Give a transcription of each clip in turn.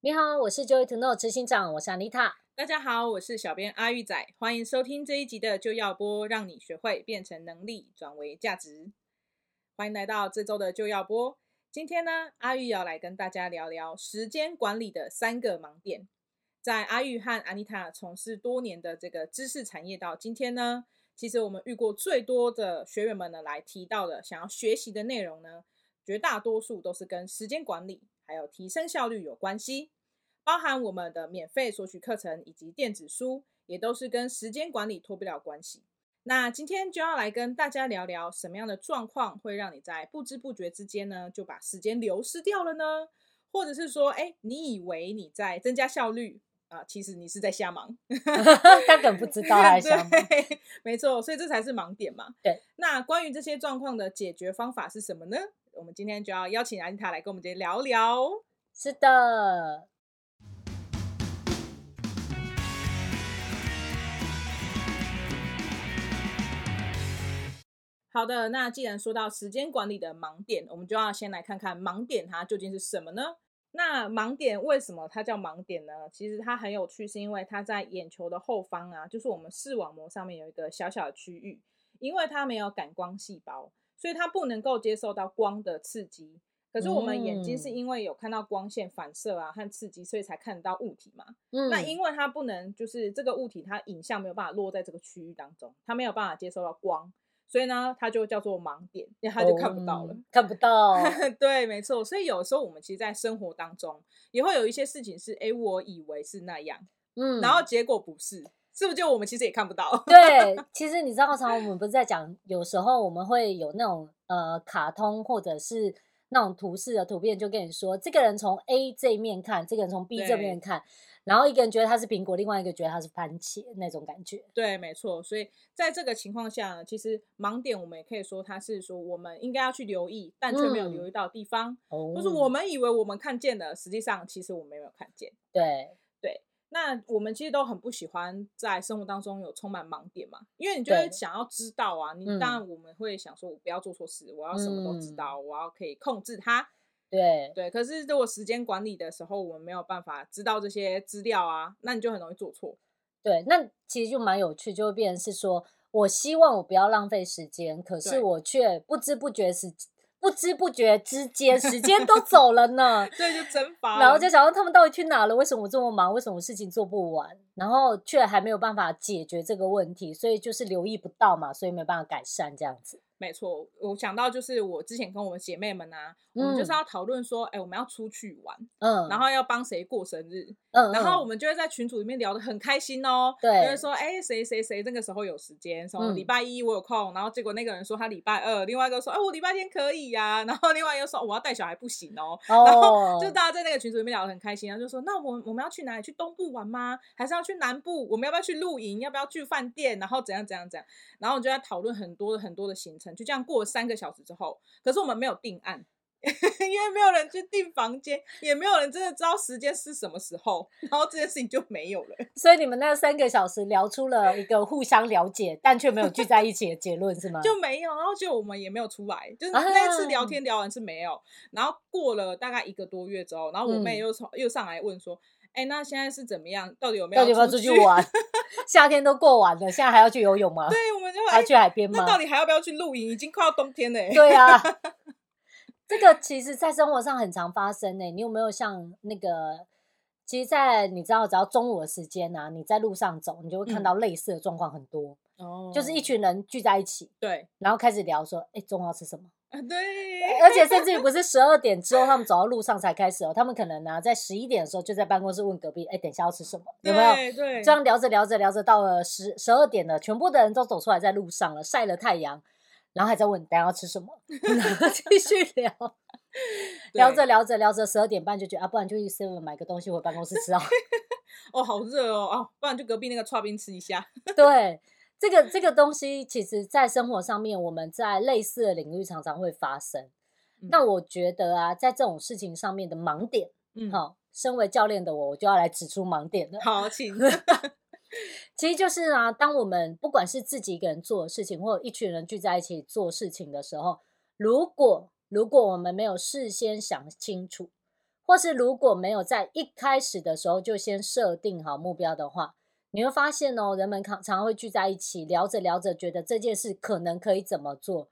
你好，我是 Joy to Know 执行长，我是 Anita。大家好，我是小编阿玉仔，欢迎收听这一集的就要播，让你学会变成能力，转为价值。欢迎来到这周的就要播。今天呢，阿玉要来跟大家聊聊时间管理的三个盲点。在阿玉和 Anita 从事多年的这个知识产业到今天呢，其实我们遇过最多的学员们呢来提到的想要学习的内容呢，绝大多数都是跟时间管理还有提升效率有关系。包含我们的免费索取课程以及电子书，也都是跟时间管理脱不了关系。那今天就要来跟大家聊聊，什么样的状况会让你在不知不觉之间呢，就把时间流失掉了呢？或者是说，哎，你以为你在增加效率啊、其实你是在瞎忙。他根本不知道他在 想对，没错，所以这才是盲点嘛。对，那关于这些状况的解决方法是什么呢？我们今天就要邀请安塔来跟我们今天聊聊。哦是的，好的，那既然说到时间管理的盲点，我们就要先来看看盲点它究竟是什么呢？那盲点为什么它叫盲点呢？其实它很有趣，是因为它在眼球的后方啊，就是我们视网膜上面有一个小小的区域，因为它没有感光细胞，所以它不能够接受到光的刺激。可是我们眼睛是嗯因为有看到光线反射啊和刺激，所以才看得到物体嘛。嗯，那因为它不能，就是这个物体它影像没有办法落在这个区域当中，它没有办法接收到光，所以呢，它就叫做盲点，因为它就看不到了。嗯看不到， 对，没错。所以有时候我们其实，在生活当中也会有一些事情是，哎，我以为是那样，嗯，然后结果不是，是不是就我们其实也看不到？ 对，其实你知道，常常我们不是在讲，有时候我们会有那种呃，卡通或者是那种图示的图片，就跟你说，这个人从 A 这一面看，这个人从 B 这对面看，然后一个人觉得他是苹果，另外一个觉得他是番茄那种感觉。对，没错。所以在这个情况下呢，其实盲点我们也可以说它是说我们应该要去留意，但却没有嗯留意到的地方，哦或是我们以为我们看见了，实际上其实我们没有看见。对，那我们其实都很不喜欢在生活当中有充满盲点嘛，因为你就会对想要知道啊。你嗯当然我们会想说，我不要做错事，我要什么都知嗯道，我要可以控制它。对，对，可是如果时间管理的时候，我们没有办法知道这些资料啊，那你就很容易做错。对，那其实就蛮有趣，就会变成是说我希望我不要浪费时间，可是对。我却不知不觉时不知不觉之间，时间都走了呢 对，就 蒸发了。然后就想到他们到底去哪了？为什么我这么忙？为什么我事情做不完？然后却还没有办法解决这个问题，所以就是留意不到嘛，所以没办法改善这样子。没错，我想到就是我之前跟我姐妹们啊，我们就是嗯要讨论说，哎、我们要出去玩，嗯，然后要帮谁过生日，嗯，然后我嗯们就会在群组里面聊得很开心哦，对就会说，哎、谁谁谁那个时候有时间，什么嗯礼拜一我有空，然后结果那个人说他礼拜二，另外一个说，哎、我礼拜天可以呀、然后另外一个说我要带小孩不行哦，然哦，就大家在那个群组里面聊得很开心，然后啊就说，那我们我们要去哪里？去东部玩吗？还是要去南部？我们要不要去露营？要不要去饭店？然后怎样怎样怎样？然后我们就在讨论很多很多的行程，就这样过了三个小时之后，可是我们没有定案。 因为没有人去订房间，也没有人真的知道时间是什么时候，然后这件事情就没有了。所以你们那三个小时聊出了一个互相了解，但却没有聚在一起的结论是吗？就没有，然后就我们也没有出来，就是啊那一次聊天聊完是没有，然后过了大概一个多月之后，然后我嗯妹又从、又上来问说，哎、那现在是怎么样？到底有没有到底要不要出去去？ 玩？夏天都过完了，现在还要去游泳吗？对，我们就还哎、要去海边吗那？到底还要不要去露营？已经快要冬天了、欸，对 啊，这个其实，在生活上很常发生呢、欸你有没有像那个？其实，在你知道，只要中午的时间啊，你在路上走，你就会看嗯到类似的状况很多，哦就是一群人聚在一起，对然后开始聊说：“哎、中午要吃什么 啊？”对，而且甚至于不是十二点之后，他们走到路上才开始哦，他们可能呢、在十一点的时候就在办公室问隔壁：“哎、等一下要吃什么？”有没有？对对，这样聊着聊着聊着，到了十十二点了，全部的人都走出来在路上了，晒了太阳，然后还在问等一下要吃什么，然后继续聊，对聊着聊着聊着，十二点半就觉得啊，不然就去 seven 买个东西回办公室吃啊。 哦，好热哦，哦，不然就隔壁那个串冰吃一下。对，这个这个东西，其实在生活上面，我们在类似的领域常常会发生。 那我觉得啊，在这种事情上面的盲点，嗯，好、身为教练的我，我就要来指出盲点 了。好， 请其实就是啊，当我们不管是自己一个人做的事情，或者一群人聚在一起做事情的时候，如果如果我们没有事先想清楚，或是如果没有在一开始的时候就先设定好目标的话，你会发现哦，人们常常会聚在一起聊着聊着，觉得这件事可能可以怎么做，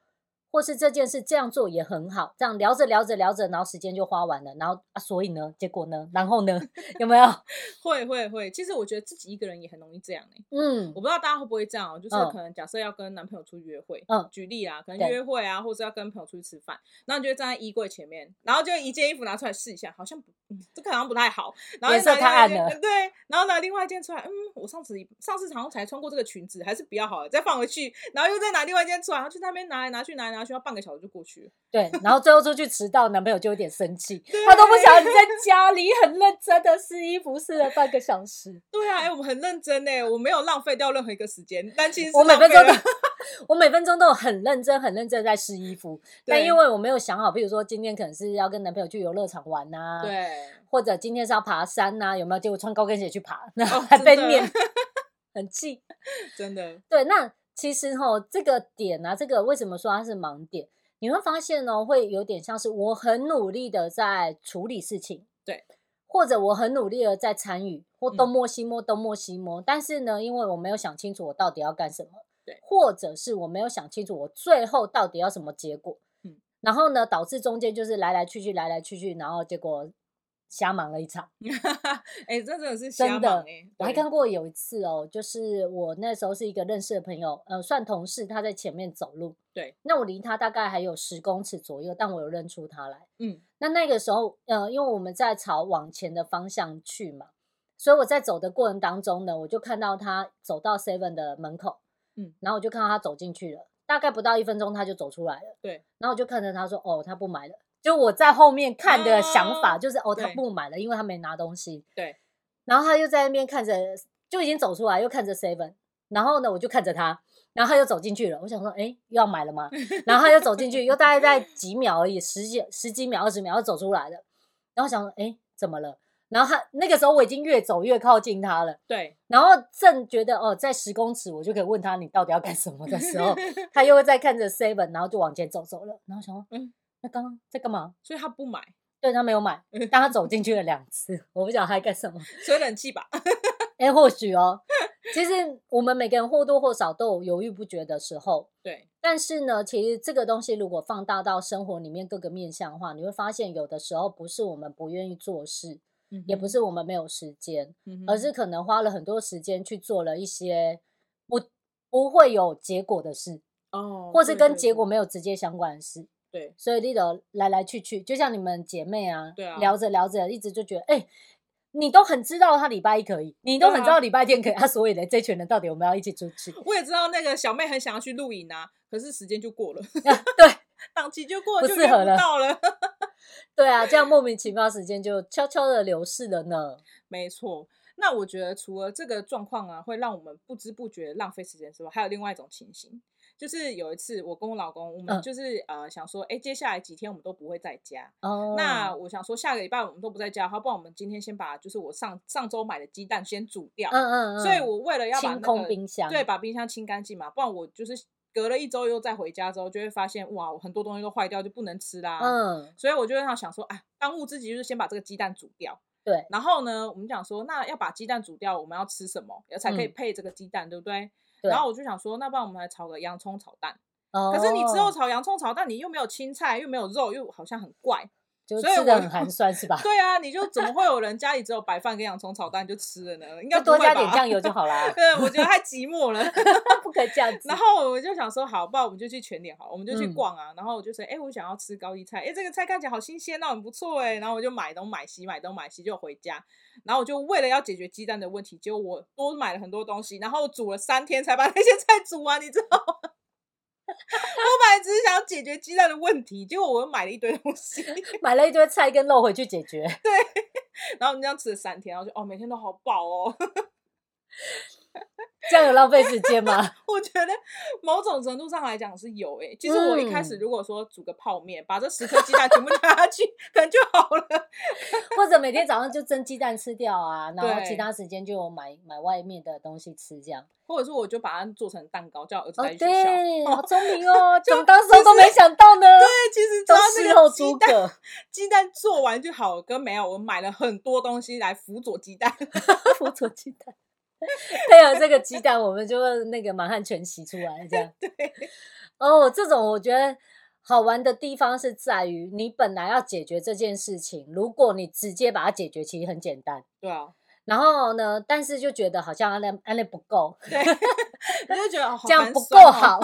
或是这件事这样做也很好，这样聊着聊着聊着，然后时间就花完了，然后啊，所以呢，结果呢，然后呢， 有没有？会会会，其实我觉得自己一个人也很容易这样哎、嗯我不知道大家会不会这样哦，就是嗯可能假设要跟男朋友出去约会，嗯举例啊，可能对约会啊，或者要跟朋友出去吃饭，然后你就会站在衣柜前面，然后就一件衣服拿出来试一下，好像不，嗯这个好像不太好，然后颜色就拿太暗另外一件了对，然后拿另外一件出来，嗯，我上次上次好像才穿过这个裙子，还是比较好了，再放回去，然后又再拿另外一件出来，然后去那边拿来拿去拿来拿去，要半个小时就过去了，对，然后最后出去迟到，男朋友就有点生气，他都不想你在家里很认真的试衣服，试了半个小时。对啊，哎、我们很认真哎，我没有浪费掉任何一个时间，但其实是我每浪费分钟了都， 我每分钟都有很认真、很认真地在试衣服，但对因为我没有想好，譬如说今天可能是要跟男朋友去游乐场玩呐、，对。或者今天是要爬山啊呐、有没有？结果穿高跟鞋去爬，然后哦还真被的念，很气。真的， 对，那其实哈，这个点啊，这个为什么说它是盲点？你会发现哦，会有点像是我很努力的在处理事情，对，或者我很努力的在参与，或嗯东摸西摸，东摸西摸，但是呢，因为我没有想清楚我到底要干什么，对，或者是我没有想清楚我最后到底要什么结果，嗯，然后呢，导致中间就是来来去去，来来去去，然后结果瞎忙了一场。哎、这真的是真瞎的忙哎、我还对看过有一次哦，就是我那时候是一个认识的朋友，呃，算同事，他在前面走路，对，那我离他大概还有十公尺左右，但我有认出他来。嗯，那那个时候，呃，因为我们在朝往前的方向去嘛，所以我在走的过程当中呢，我就看到他走到 Seven 的门口，嗯，然后我就看到他走进去了，大概不到一分钟他就走出来了，对，然后我就看着他说，哦，他不买了。就我在后面看的想法哦就是，哦，他对不买了，因为他没拿东西。对，然后他又在那边看着，就已经走出来，又看着 Seven，然后呢，我就看着他，然后他又走进去了。我想说，哎，又要买了 吗？然后他又走进去，又大概在几秒而已，十几十几秒、二十秒就走出来了。然后想说，哎，怎么了？然后他那个时候我已经越走越靠近他了，对，然后正觉得哦，在十公尺我就可以问他你到底要干什么的 时候，他又会在看着 Seven，然后就往前走走了。然后想说，嗯嗯，那刚刚在干嘛？所以他不买， 对他没有买，嗯但他走进去了两次，我不晓得他在干什么。吹冷气吧。哎、或许 哦，其实我们每个人或多或少都有犹豫不决的时候，对，但是呢，其实这个东西如果放大到生活里面各个面向的话，你会发现有的时候不是我们不愿意做事，也不嗯是我们没有时间，哼，嗯哼而是可能花了很多时间去做了一些不不会有结果的事，哦，或是对跟对结对果没有直接相关的事。对所以你的来来去去，就像你们姐妹啊，对啊聊着聊着，一直就觉得，哎、你都很知道他礼拜一可以，你都对很啊知道礼拜天可以，啊，所以呢，这群人到底我们要一起出去？ 我也知道那个小妹很想要去露营啊，可是时间就过了， 啊对档期就过不就适约合了 到了。对啊，这样莫名其妙时间就悄悄的流逝了呢。没错。那我觉得除了这个状况啊，会让我们不知不觉浪费时间之外，还有另外一种情形，就是有一次我跟我老公，我嗯们就是、呃想说，哎，接下来几天我们都不会在家，哦，那我想说，下个礼拜我们都不在家，好不然我们今天先把就是我上上周买的鸡蛋先煮掉。嗯嗯嗯，所以我为了要把、那清个、空冰箱，对，把冰箱清干净嘛，不然我就是隔了一周又再回家之后，就会发现哇，我很多东西都坏掉，就不能吃啦。嗯，所以我就会想说，啊，当务之急就是先把这个鸡蛋煮掉。对，然后呢，我们讲说，那要把鸡蛋煮掉，我们要吃什么，才可以嗯配这个鸡蛋，对不对？对然后我就想说，那不然我们来炒个洋葱炒蛋。哦，可是你之后炒洋葱炒蛋，你又没有青菜，又没有肉，又好像很怪。就所以吃的我很寒酸是吧？ 对啊，你就怎么会有人家里只有白饭跟洋葱炒蛋就吃了呢？应该就不多会加吧？点酱油就好 啦， 对，我觉得太寂寞了。不可以这样子然。后我就想说，好，不然我们就去全联好了，我们就去嗯逛啊。然后我就说，哎、我想要吃高丽菜，哎、这个菜看起来好新鲜哦，很不错哎。然后我就买东买西，买东买西就回家。然后我就为了要解决鸡蛋的问题，结果我多买了很多东西，然后我煮了三天才把那些菜煮完，你知道吗？ 我本来只是想解决鸡蛋的问题，结果我又买了一堆东西。 买了一堆菜跟肉回去解决，然后我们这样吃了三天，然后就哦，每天都好饱哦。这样有浪费时间吗？我觉得某种程度上来讲是有诶、其实我一开嗯始如果说煮个泡面，把这十颗鸡蛋全部 加下去，可能就好了。或者每天早上就蒸鸡蛋吃掉啊，然后对其他时间就买买外面的东西吃这样。或者是我就把它做成蛋糕，叫我儿子哦带，去学校。对，哦 好聪明哦，就怎么当时候都其实没想到呢？对，其实知都道事那后个诸鸡蛋葛，鸡蛋做完就好，跟没有我买了很多东西来辅佐鸡蛋。 辅佐鸡蛋。配合这个鸡蛋，我们就会那个满汉全席出来这样。 对，哦，这种我觉得好玩的地方是在于，你本来要解决这件事情，如果你直接把它解决，其实很简单。对啊，然后呢，但是就觉得好像安利安利不够，我就觉得哦好这样寒不够酸哦好，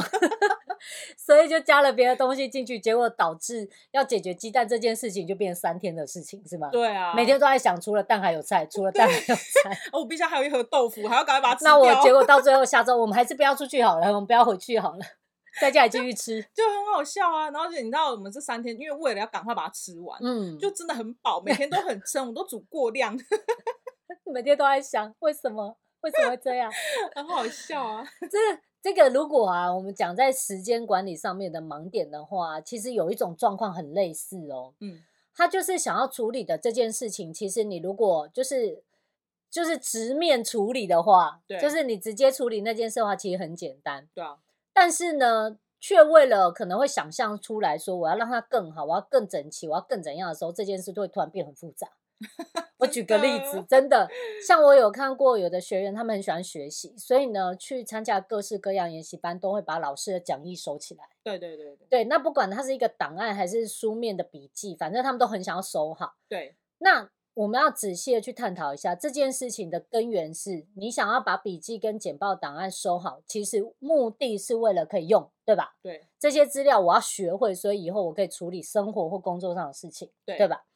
所以就加了别的东西进去，结果导致要解决鸡蛋这件事情就变成三天的事情，是吗？对啊，每天都在想，除了蛋还有菜，除了蛋还有菜。哦，我冰箱还有一盒豆腐，还要赶快把它 吃那掉。我结果到最后下周，我们还是不要出去好了，我们不要回去好了，在家里继续 吃。就很好笑啊。然后就你知道，我们这三天因为为了要赶快把它吃完，嗯，就真的很饱，每天都很撑，我都煮过量，每天都在想，为什么为什么会这样？ 很好笑啊。这这个如果啊，我们讲在时间管理上面的盲点的话，其实有一种状况很类似哦。嗯，他就是想要处理的这件事情，其实你如果就是就是直面处理的话，对就是你直接处理那件事的话，其实很简单。对啊，但是呢，却为了可能会想象出来说，我要让它更好，我要更整齐，我要更怎样的时候，这件事就会突然变很 复杂。我举个例子，真的，像我有看过有的学员，他们很喜欢学习，所以呢，去参加各式各样研习班，都会把老师的讲义收起来。对对对对对，那不管它是一个档案还是书面的笔记，反正他们都很想要收好。对，那我们要仔细的去探讨一下这件事情的根源是，你想要把笔记跟简报档案收好，其实目的是为了可以用，对吧？对这些资料我要学会，所以以后我可以处理生活或工作上的事情，对对吧？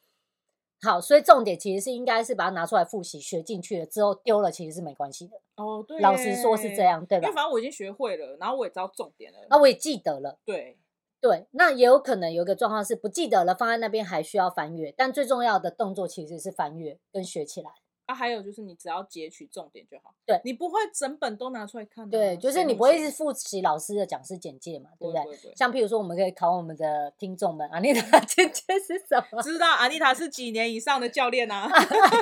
好，所以重点其实是应该是把它拿出来复习，学进去了之后丢了其实是没关系的。哦对，老实说是这，样，对因为吧？反正我已经学会了，然后我也知道重点了。啊，我也记得了。对对，那也有可能有一个状况是不记得了，放在那边还需要翻阅，但最重要的动作其实是翻阅跟学起来。啊，还有就是你只要截取重点就好。对你不会整本都拿出来看的啊。对，就谁是你那不么会闲是复习老师的讲师简介嘛，对不不会对？不会不会像譬如说，我们可以考我们的听众们啊，你的 简介是什 么？知道阿丽塔是几年以上的教 练啊？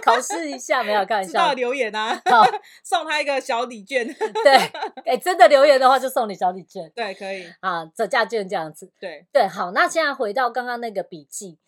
考试一下，没有开玩知道笑。留言啊， 好， 送他一个小 礼券。对，哎，真的留言的话就送你小礼券对，可以，啊，折价券这样子。对对，好，那现在回到刚刚那个笔记，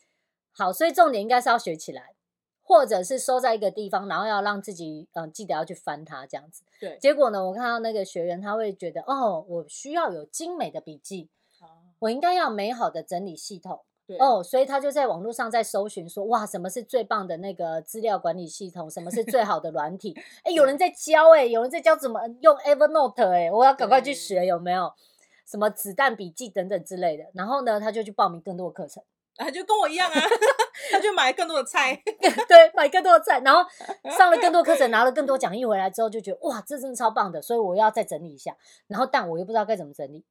好，所以重点应该是要学起来，或者是收在一个地方，然后要让自己嗯、呃记得要去翻它这样子。对。结果呢，我看到那个学员他会觉得，哦，我需要有精美的笔记，啊我应该要美好的整理系统。对，哦，所以他就在网络上在搜寻说，哇，什么是最棒的那个资料管理系统？什么是最好的软体？哎、有人在教哎、有人在教怎么用 Evernote 哎、我要赶快去对学，有没有？什么子弹笔记等等之类的。然后呢，他就去报名更多的课程，啊，就跟我一 样啊，他就买更多的菜， 对，买更多的菜，然后上了更多课程，拿了更多讲义回来之后，就觉得哇，这真的超棒的，所以我要再整理一下。然后，但我又不知道该怎么整理。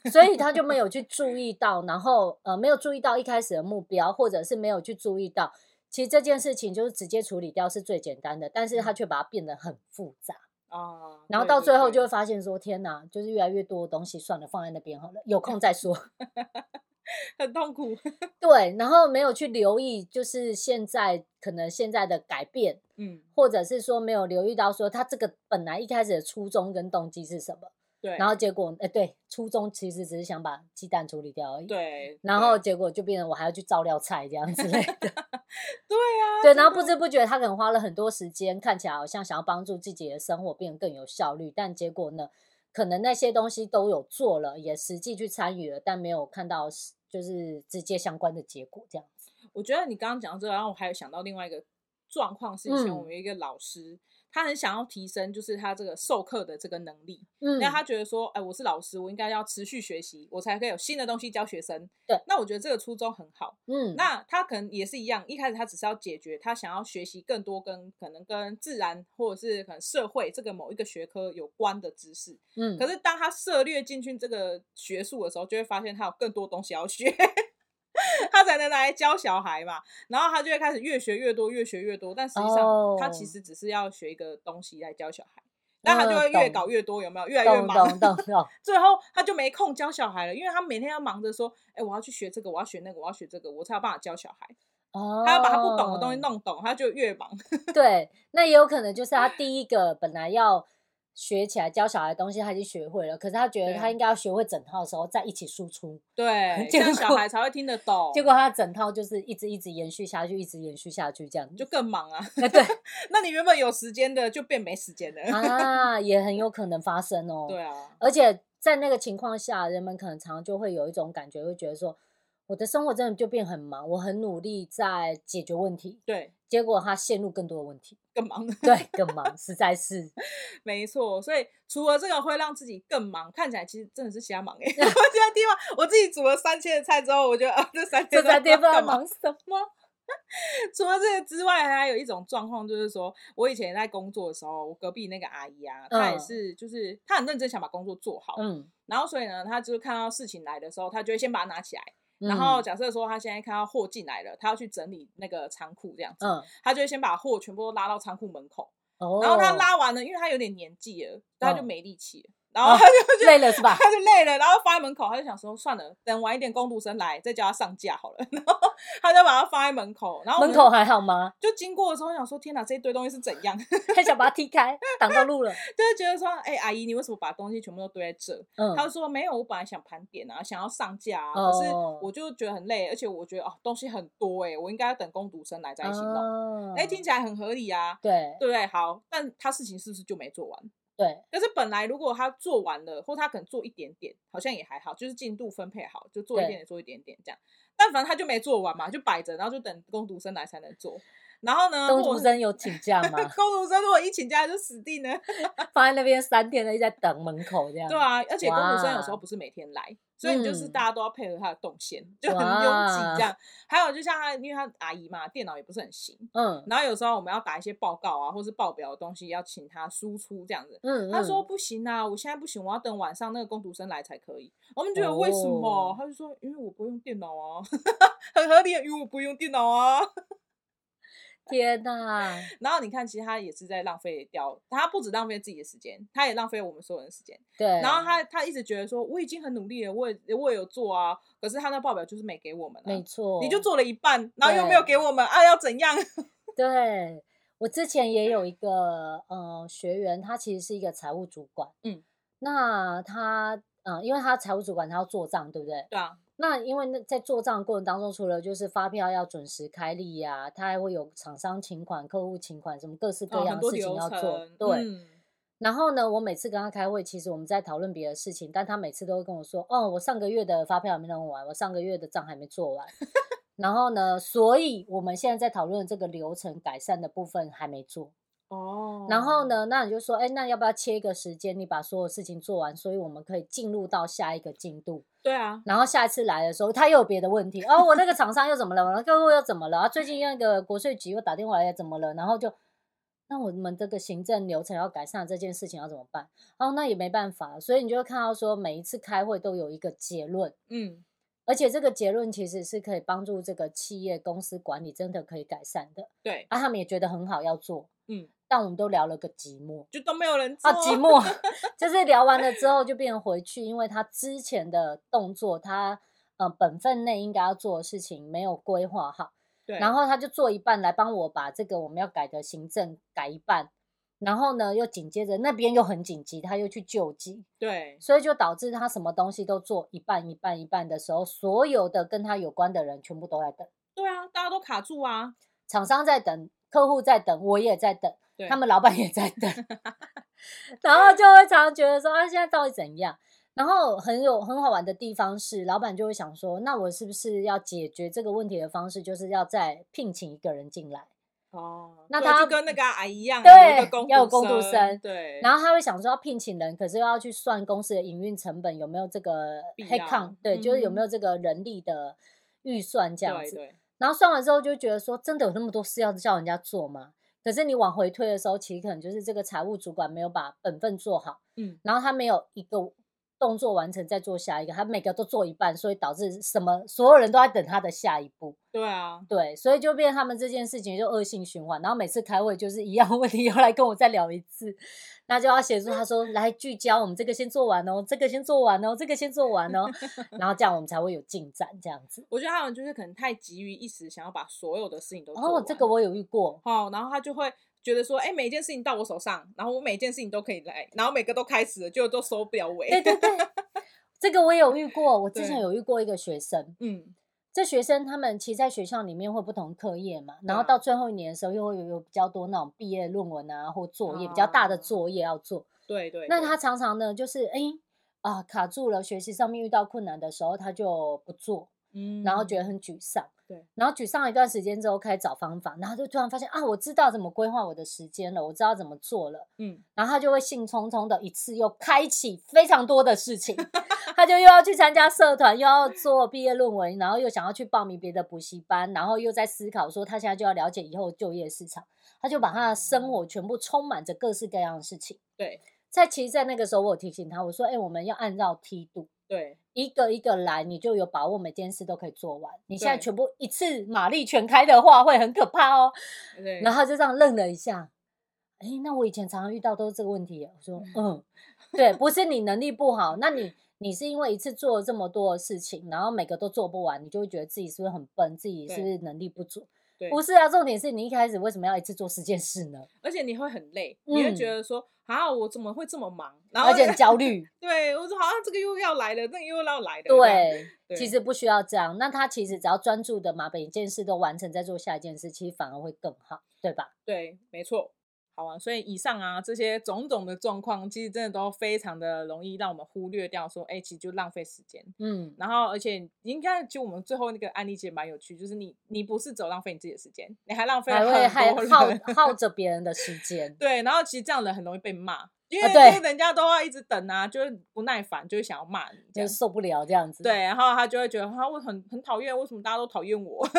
所以他就没有去注意到，然后呃没有注意到一开始的目标，或者是没有去注意到，其实这件事情就是直接处理掉是最简单的，但是他却把它变得很复杂， 啊，然后对到对最后就对会发现说天哪，就是越来越多的东西，算了，放在那边好了，有空再说。 很痛苦，对，然后没有去留意，就是现在可能现在的改变，嗯，或者是说没有留意到说他这个本来一开始的初衷跟动机是什么，对，然后结果哎对，初衷其实只是想把鸡蛋处理掉而已。对，然后对结果就变成我还要去照料菜这样之类的， 对啊， 对，然后不知不觉他可能花了很多时间，看起来好像想要帮助自己的生活变得更有效率，但结果呢，可能那些东西都有做了，也实际去参与了，但没有看到是就是直接相关的结果这样子。我觉得你刚刚讲到这个，然后我还有想到另外一个状况，是以前我嗯们有一个老师，他很想要提升，就是他这个授课的这个能力，嗯，那他觉得说，哎，我是老师，我应该要持续学习，我才可以有新的东西教学生。对，那我觉得这个初衷很好。嗯，那他可能也是一样，一开始他只是要解决他想要学习更多跟可能跟自然或者是可能社会这个某一个学科有关的知识，嗯，可是当他涉略进去这个学术的时候，就会发现他有更多东西要学， 他才能拿来教小孩嘛。然后他就会开始越学越多，越学越多，但实际上他哦其实只是要学一个东西来教小孩。但他就会越嗯懂搞越多，有没有？越来越懂忙，懂懂懂， 最后他就没空教小孩了，因为他每天要忙着说，哎、我要去学这个，我要学那个，我要学这个，我才有办法教小孩。哦，他要把他不懂的东西弄懂，他就越忙。对，那也有可能就是他第一个本来要学起来教小孩的东西，他已经学会了，可是他觉得对他应该要学会整套的时候再一起输出，对， 结这样果小孩才会听得懂，结果他整套就是一直一直延续下去，一直延续下去这样就子。更忙啊。哎，对 那你原本有时间的，就变没时间了。啊，也很有可能发生哦。对啊，而且在那个情况下，人们可能常常就会有一种感觉，会觉得说，我的生活真的就变很忙，我很努力在解决问题，对，结果他陷入更多的问题，更忙。对，更忙，实在是 没错，所以除了这个会让自己更忙，看起来其实真的是瞎忙哎、 欸。我 现在地方我自己煮了三千的菜之后，我觉得啊，这三千这在地干方嘛？忙什么？除了这个之外，还有一种状况就是说，我以前在工作的时候，我隔壁那个阿姨啊，她也嗯是，就是她很认真想把工作做好，嗯，然后所以呢，她就是看到事情来的时候，她就会先把它拿起来。然后嗯假设说她现在看到货进来了，她要去整理那个仓库这样子，嗯，嗯她就会先把货全部都拉到仓库门口，哦，然后他拉完了，因为他有点年纪了，他就嗯啊没力气了，然后他就就、累了是吧？ 他就累了，然后放在门口，他就想说算了，等晚一点工读生来再叫他上架好了， 然后他就把它放在门口，然后我门们口还好吗？就经过的时候想说天哪，这一堆东西是怎样？ 就很想把它踢 开，挡到路了。是觉得说，哎、阿姨你为什么把东西全部都堆在这？嗯，他就说没有，我本来想盘点啊，想要上架啊，可是哦我就觉得很累，而且我觉得哦东西很多哎、我应该要等工读生来再一起弄，弄哎、听起来很合理啊，哦对对不对？好，但他事情是不是就没做完？对，但是本来如果他做完了，或他可能做一点点，好像也还好，就是进度分配好，就做一对点点，做一点点这样。但反正他就没做完嘛，就摆着，然后就等工读生来才能做。然后呢，东如果竹生啊有请假吗？ 工读生如果一请假就死定了， 放在那边三天了，一直在等门口这样。对啊。而且工读生有时嗯候哇不是每天来，所以你就是嗯大家都要配合他的动线，就很拥挤这样。还有就像他，因为他阿姨嘛，电脑也不是很行，嗯，然后有时候我们要打一些报告啊，或是报表的东西，要请他输出这样子。嗯嗯，他说不行啊，我现在不行，我要等晚上那个工读生来才可以。我们觉得为什么？哦他就说因为我不用电脑啊， 很合理，因为我不用电脑啊。 天哪，然后你看，其实他也是在浪费掉，他不止浪费自己的时间，他也浪费我们所有人的时间。对。啊然后他他一直觉得说我已经很努力了，我也我也有做啊，可是他那报表就是没给我们、没啊。错，你就做了一半，然后又没有对给我们啊，要怎样？ 对。我之前也有一个呃学员，他其实是一个财务主管，嗯，那他嗯、呃因为他财务主管他要做账，对不对？对啊，那因为那在做账的过程当中，除了就是发票要准时开立呀、他还会有厂商请款、客户请款，什么各式哦各样很的多事情流要程，做。对、嗯然后呢，我每次跟他开会，其实我们在讨论别的事情，但他每次都会跟我说：“哦，我上个月的发票还没弄完，我上个月的账还没做完。”然后呢，所以我们现在在讨论这个流程改善的部分还没做。哦，然后？呢，那你就说：“哎，那要不要切一个时间，你把所有事情做完，所以我们可以进入到下一个进度？”对啊，然后下一次来的时候，他又有别的问题，哦，我那个厂商又怎么了？我那客户又怎么了？啊，最近那个国税局又打电话来怎么了？然后就，那我们这个行政流程要改善这件事情要怎么办？哦，那也没办法，所以你就会看到说，每一次开会都有一个结论，嗯，而且这个结论其实是可以帮助这个企业公司管理真的可以改善的，对，啊，他们也觉得很好要做，嗯，但我们都聊了个寂寞，就都没有人做啊，寂寞，就是聊完了之后就变回去，因为他之前的动作，他呃本分内应该要做的事情没有规划好，对，然后他就做一半来帮我把这个我们要改的行政改一半，然后呢又紧接着那边又很紧急，他又去救急，对所以就导致他什么东西都做一半一半一半的时候，所有的跟他有关的人全部都在等，对啊，大家都卡住啊，厂商在等，客户在等，我也在等。对，他们老板也在等， 然后就会常常觉得说啊，现在到底怎样？然后很有很好玩的地方是，老板就会想说，那我是不是要解决这个问题的方式，就是要再聘请一个人进来？哦，那对他就跟那个阿姨一样，对有一个工要有读工读生对，然后后他会想说要聘请人，可是又要去算公司的营运成本有没有这个必要 headcount，对，就是有嗯没有这个人力的预算这样对子。对然后算完之后就觉得说，真的有那么多事要叫人家做吗？可是你往回推的时候，其实可能就是这个财务主管没有把本分做好，嗯，然后他没有一个动作完成再做下一个，他每个都做一半，所以导致什么所有人都在等他的下一步。对啊，对，所以就变他们这件事情就恶性循环，然后每次开会就是一样 的问题又来跟我再聊一次，那就要协助他说来聚焦，我们这个先做完哦，这个先做完哦，这个先做完 哦，然后这样我们才会有进展这样子。我觉得他们就是可能太急于一时，想要把所有的事情都做哦，这完个我有遇过，好、然后他就会觉得说，哎、每一件事情到我手上，然后我每一件事情都可以来，然后每个都开始了，就都收不了尾。对 对对，这个我有遇过，我之前对有遇过一个学生，嗯，这学生他们其实在学校里面会有不同课业嘛，然后对啊到最后一年的时候又会有有比较多那种毕业论文啊或作业比较大的哦作业要做，对对那对他常常呢，就是哎、诶啊卡住了，学习上面遇到困难的时候，他就不做，嗯，然后觉得很沮丧。对，然后沮丧了一段时间之后，开始找方法，然后就突然发现啊，我知道怎么规划我的时间了，我知道怎么做了，嗯，然后他就会兴冲冲的一次又开启非常多的事情， 他就又要去参加社团，又要做毕业论文，然后又想要去报名别的补习班，然后又在思考说他现在就要了解以后就业市场，他就把他的生活全部充满着各式各样的事情。对在其实，在那个时候，我有提醒他，我说：“哎、我们要按照梯度，对一个一个来，你就有把握每件事都可以做完。你现在对全部一次马力全开的话，会很可怕哦。”对，然后他就这样愣了一下，哎、那我以前常常遇到都是这个问题耶。我说：“嗯， 对，不是你能力不好，那你你是因为一次做了这么多的事情，然后每个都做不完，你就会觉得自己是不是很笨，自己是不对是能力不足？对哦不是啊，重点是你一开始为什么要一次做十件事呢？而且你会很累，你会觉嗯得说，啊，我怎么会这么忙？然后而且很焦虑。”对我说，好像这个又要来了，那个又要来了。这样，对，对其实不需要这样。那他其实只要专注的把每一件事都完成，再做下一件事，其实反而会更好，对吧？对，没错。好啊，所以以上啊这些种种的状况，其实真的都非常的容易让我们忽略掉说，哎、其实就浪费时间。嗯，然后，而且应该就我们最后那个案例其实蛮有趣，就是你你不是走浪费你自己的时间，你还浪费还了会很还多人。耗耗着别人的时 间。对，然后其实这样的人很容易被骂，因为啊对就是人家都要一直等啊，就是不耐烦，就会想要骂你就这样。受不了这样子。对，，然后他就会觉得他我很很讨厌，为什么大家都讨厌我？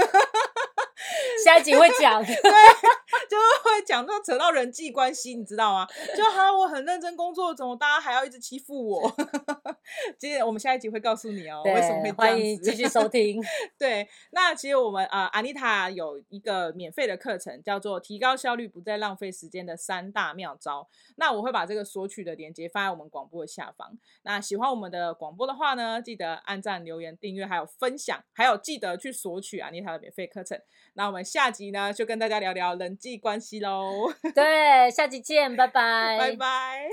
下一集会讲。就是会讲到扯到人际关系，你知道吗？就好像我很认真工作，怎么大家还要一直欺负我？ 其实我们下一集会告诉你哦，为什么对，会欢这样迎子。继续收 听。对，那其实我们呃，安妮塔有一个免费的课程，叫做《提高效率，不再浪费时间的三大妙招》。那我会把这个索取的链接放在我们广播的下方。那喜欢我们的广播的话呢，记得按赞、留言、订阅，还有分享，还有记得去索取安妮塔的免费课程。那我们下集呢，就 跟大家聊聊人际关系喽，对，下集见，拜拜，拜拜。